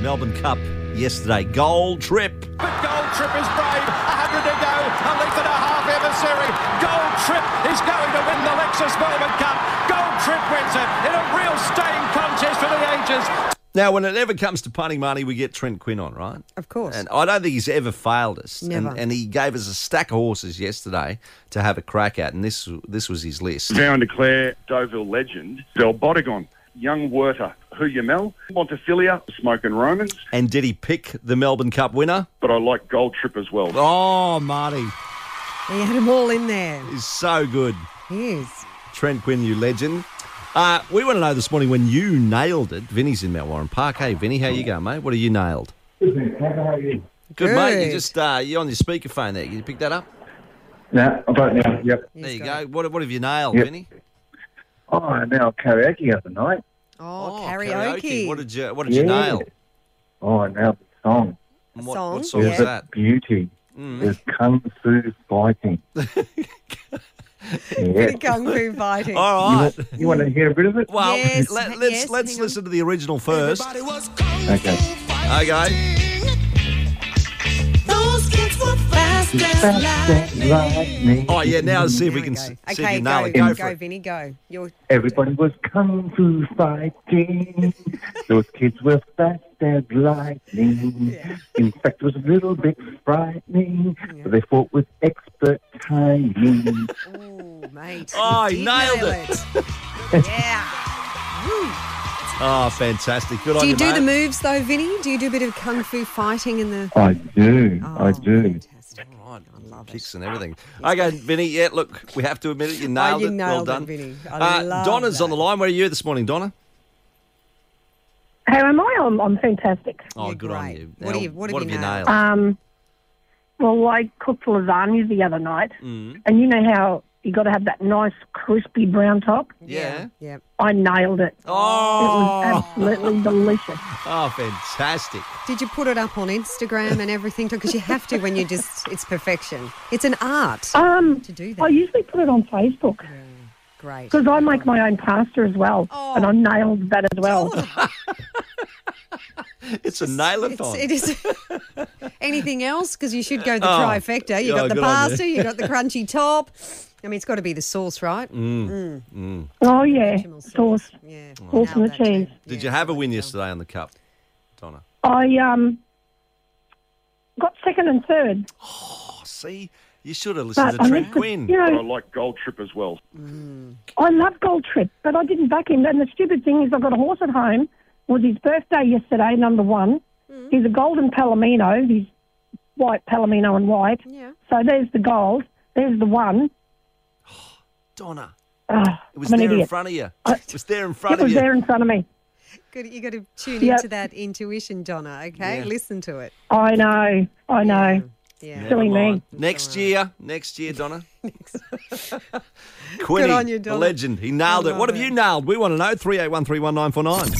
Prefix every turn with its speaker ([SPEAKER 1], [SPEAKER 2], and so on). [SPEAKER 1] Melbourne Cup yesterday. Goal trip.
[SPEAKER 2] But Gold Trip is brave. 100 to go. A length and a half emissary. Gold Trip is going to win the Lexus Melbourne Cup. Gold Trip wins it in a real staying contest for the ages.
[SPEAKER 1] Now, when it ever comes to punting money, we get Trent Quinn on, right?
[SPEAKER 3] Of course.
[SPEAKER 1] And I don't think he's ever failed us.
[SPEAKER 3] Never.
[SPEAKER 1] And, and he gave us a stack of horses yesterday to have a crack at, and this this was his list.
[SPEAKER 4] Vow and declare Deauville legend, Del Bodegon, Young Werter, Huyamel, Montefilia, Smoke and Romans,
[SPEAKER 1] And did he pick the Melbourne Cup winner?
[SPEAKER 4] but I like Gold Trip as well.
[SPEAKER 1] Oh, Marty
[SPEAKER 3] He had them all in there.
[SPEAKER 1] is so good.
[SPEAKER 3] He is.
[SPEAKER 1] Trent Quinn, you legend. Uh, we want to know this morning when you nailed it. Vinny's in Mount Warren Park. Hey, Vinny, how you going, mate? What have you nailed? Good, mate. You
[SPEAKER 3] Good.
[SPEAKER 1] just uh, you're on your speakerphone there. Can you pick that up?
[SPEAKER 5] No, about now, yep.
[SPEAKER 3] He's
[SPEAKER 1] There you
[SPEAKER 3] got
[SPEAKER 1] go.
[SPEAKER 3] it.
[SPEAKER 1] What what have you nailed,
[SPEAKER 5] Yep.
[SPEAKER 1] Vinny?
[SPEAKER 5] Oh, now karaoke the other night.
[SPEAKER 3] Oh, karaoke.
[SPEAKER 1] What did you What did you
[SPEAKER 5] Yeah.
[SPEAKER 1] nail?
[SPEAKER 5] Oh, now the song.
[SPEAKER 3] A
[SPEAKER 1] What,
[SPEAKER 3] song,
[SPEAKER 1] what song
[SPEAKER 3] yeah.
[SPEAKER 1] was that?
[SPEAKER 5] Beauty
[SPEAKER 1] Mm.
[SPEAKER 5] is kung fu fighting.
[SPEAKER 3] Pretty
[SPEAKER 5] yes.
[SPEAKER 3] kung fu fighting.
[SPEAKER 1] All right.
[SPEAKER 5] You want to hear a bit of it?
[SPEAKER 1] Well,
[SPEAKER 3] Yes,
[SPEAKER 1] let,
[SPEAKER 3] ha-
[SPEAKER 1] let's
[SPEAKER 3] yes,
[SPEAKER 1] let's
[SPEAKER 3] hang on.
[SPEAKER 1] listen to the original first.
[SPEAKER 5] Okay.
[SPEAKER 1] Okay.
[SPEAKER 6] Those kids were fast as
[SPEAKER 5] Fast as
[SPEAKER 6] lightning.
[SPEAKER 5] lightning.
[SPEAKER 1] Oh yeah, now let's see if
[SPEAKER 3] There
[SPEAKER 1] we can
[SPEAKER 3] go.
[SPEAKER 1] s- see if
[SPEAKER 3] Okay,
[SPEAKER 1] you nail
[SPEAKER 3] go,
[SPEAKER 1] it. Go,
[SPEAKER 3] go,
[SPEAKER 1] for it.
[SPEAKER 3] Vinny, go. You're
[SPEAKER 5] Everybody was kung fu fighting. Those kids were fast as lightning. In fact, it was a little bit frightening. But they fought with expert timing.
[SPEAKER 3] Ooh, mate.
[SPEAKER 1] Oh,
[SPEAKER 3] You
[SPEAKER 1] he
[SPEAKER 3] did
[SPEAKER 1] nailed
[SPEAKER 3] nail
[SPEAKER 1] it.
[SPEAKER 3] it. yeah.
[SPEAKER 1] Oh, fantastic! Good on
[SPEAKER 3] Do you
[SPEAKER 1] you,
[SPEAKER 3] do
[SPEAKER 1] mate.
[SPEAKER 3] the moves though, Vinny? Do you do a bit of kung fu fighting in the?
[SPEAKER 5] I do. I
[SPEAKER 3] Oh,
[SPEAKER 5] do.
[SPEAKER 3] Fantastic.
[SPEAKER 1] All right,
[SPEAKER 3] I love it.
[SPEAKER 1] Kicks and everything. Okay, Vinny. Yeah, look, we have to admit it. You nailed
[SPEAKER 3] Oh, you
[SPEAKER 1] it. well
[SPEAKER 3] nailed it,
[SPEAKER 1] done, Uh,
[SPEAKER 3] Vinny. I love
[SPEAKER 1] Donna's on
[SPEAKER 3] that.
[SPEAKER 1] the line. Where are you this morning, Donna?
[SPEAKER 7] How am I? I'm, I'm fantastic.
[SPEAKER 1] Oh,
[SPEAKER 3] You're
[SPEAKER 1] good on
[SPEAKER 3] great.
[SPEAKER 1] you.
[SPEAKER 3] What have you- what have you
[SPEAKER 1] you nailed?
[SPEAKER 3] nailed?
[SPEAKER 7] Um, well, I cooked lasagna the other night,
[SPEAKER 1] Mm.
[SPEAKER 7] and you know how you got to have that nice crispy brown top.
[SPEAKER 1] yeah.
[SPEAKER 3] Yeah.
[SPEAKER 7] I nailed it. It was
[SPEAKER 1] Oh,
[SPEAKER 7] absolutely delicious.
[SPEAKER 1] oh, fantastic!
[SPEAKER 3] Did you put it up on Instagram and everything? Because you have to when you just, it's perfection. It's an art
[SPEAKER 7] Um,
[SPEAKER 3] to do
[SPEAKER 7] I
[SPEAKER 5] Oh,
[SPEAKER 3] that.
[SPEAKER 7] usually put it on Facebook
[SPEAKER 3] Great.
[SPEAKER 7] because I make my own pasta as well,
[SPEAKER 3] Oh.
[SPEAKER 7] and I nailed that as well.
[SPEAKER 1] It's a nailathon.
[SPEAKER 3] It's- It is. Anything else? Because you should go the
[SPEAKER 1] Oh.
[SPEAKER 3] trifecta. You
[SPEAKER 1] Oh,
[SPEAKER 3] got the
[SPEAKER 1] good on you.
[SPEAKER 3] pasta. You. got the crunchy top. I mean, it's got to be the sauce, right?
[SPEAKER 1] Mm.
[SPEAKER 7] Oh yeah,
[SPEAKER 3] Bechamel
[SPEAKER 7] sauce,
[SPEAKER 3] Yeah.
[SPEAKER 7] sauce and the
[SPEAKER 3] Nailed that
[SPEAKER 7] cheese.
[SPEAKER 3] too.
[SPEAKER 1] Did
[SPEAKER 3] Yeah,
[SPEAKER 1] you have a
[SPEAKER 3] like
[SPEAKER 1] win
[SPEAKER 3] that.
[SPEAKER 1] yesterday on the cup, Donna?
[SPEAKER 7] I um got second and third,
[SPEAKER 1] Oh, see, you should have listened
[SPEAKER 7] but
[SPEAKER 1] to
[SPEAKER 7] I
[SPEAKER 1] Trent
[SPEAKER 7] missed the-
[SPEAKER 1] Quinn.
[SPEAKER 7] you
[SPEAKER 4] But I
[SPEAKER 7] know
[SPEAKER 4] like Gold Trip as well.
[SPEAKER 7] I love Gold Trip, but I didn't back him. And the stupid thing is, I got a horse at home. It Was his birthday yesterday? Number one. He's a golden palomino. He's white palomino and white.
[SPEAKER 3] Yeah.
[SPEAKER 7] So there's the gold. There's the one.
[SPEAKER 1] Donna,
[SPEAKER 7] Ugh,
[SPEAKER 1] it was
[SPEAKER 7] I'm an
[SPEAKER 1] there in
[SPEAKER 7] idiot.
[SPEAKER 1] front of you.
[SPEAKER 7] I-
[SPEAKER 1] It was there in
[SPEAKER 7] It
[SPEAKER 1] front of
[SPEAKER 7] was
[SPEAKER 1] you.
[SPEAKER 7] there in front of me.
[SPEAKER 3] Good. You got to tune
[SPEAKER 7] Yep.
[SPEAKER 3] into that intuition, Donna. Okay.
[SPEAKER 1] Yeah.
[SPEAKER 3] Listen to it.
[SPEAKER 7] I know. I know.
[SPEAKER 3] Yeah.
[SPEAKER 1] Never
[SPEAKER 7] Silly me.
[SPEAKER 1] mind. Next year, next year, Donna. Quinny,
[SPEAKER 3] Good on you,
[SPEAKER 1] the
[SPEAKER 3] Donna.
[SPEAKER 1] legend. He nailed
[SPEAKER 3] I
[SPEAKER 1] it. What
[SPEAKER 3] love
[SPEAKER 1] have
[SPEAKER 3] it.
[SPEAKER 1] you nailed? We want to know. Three eight one three one nine four nine.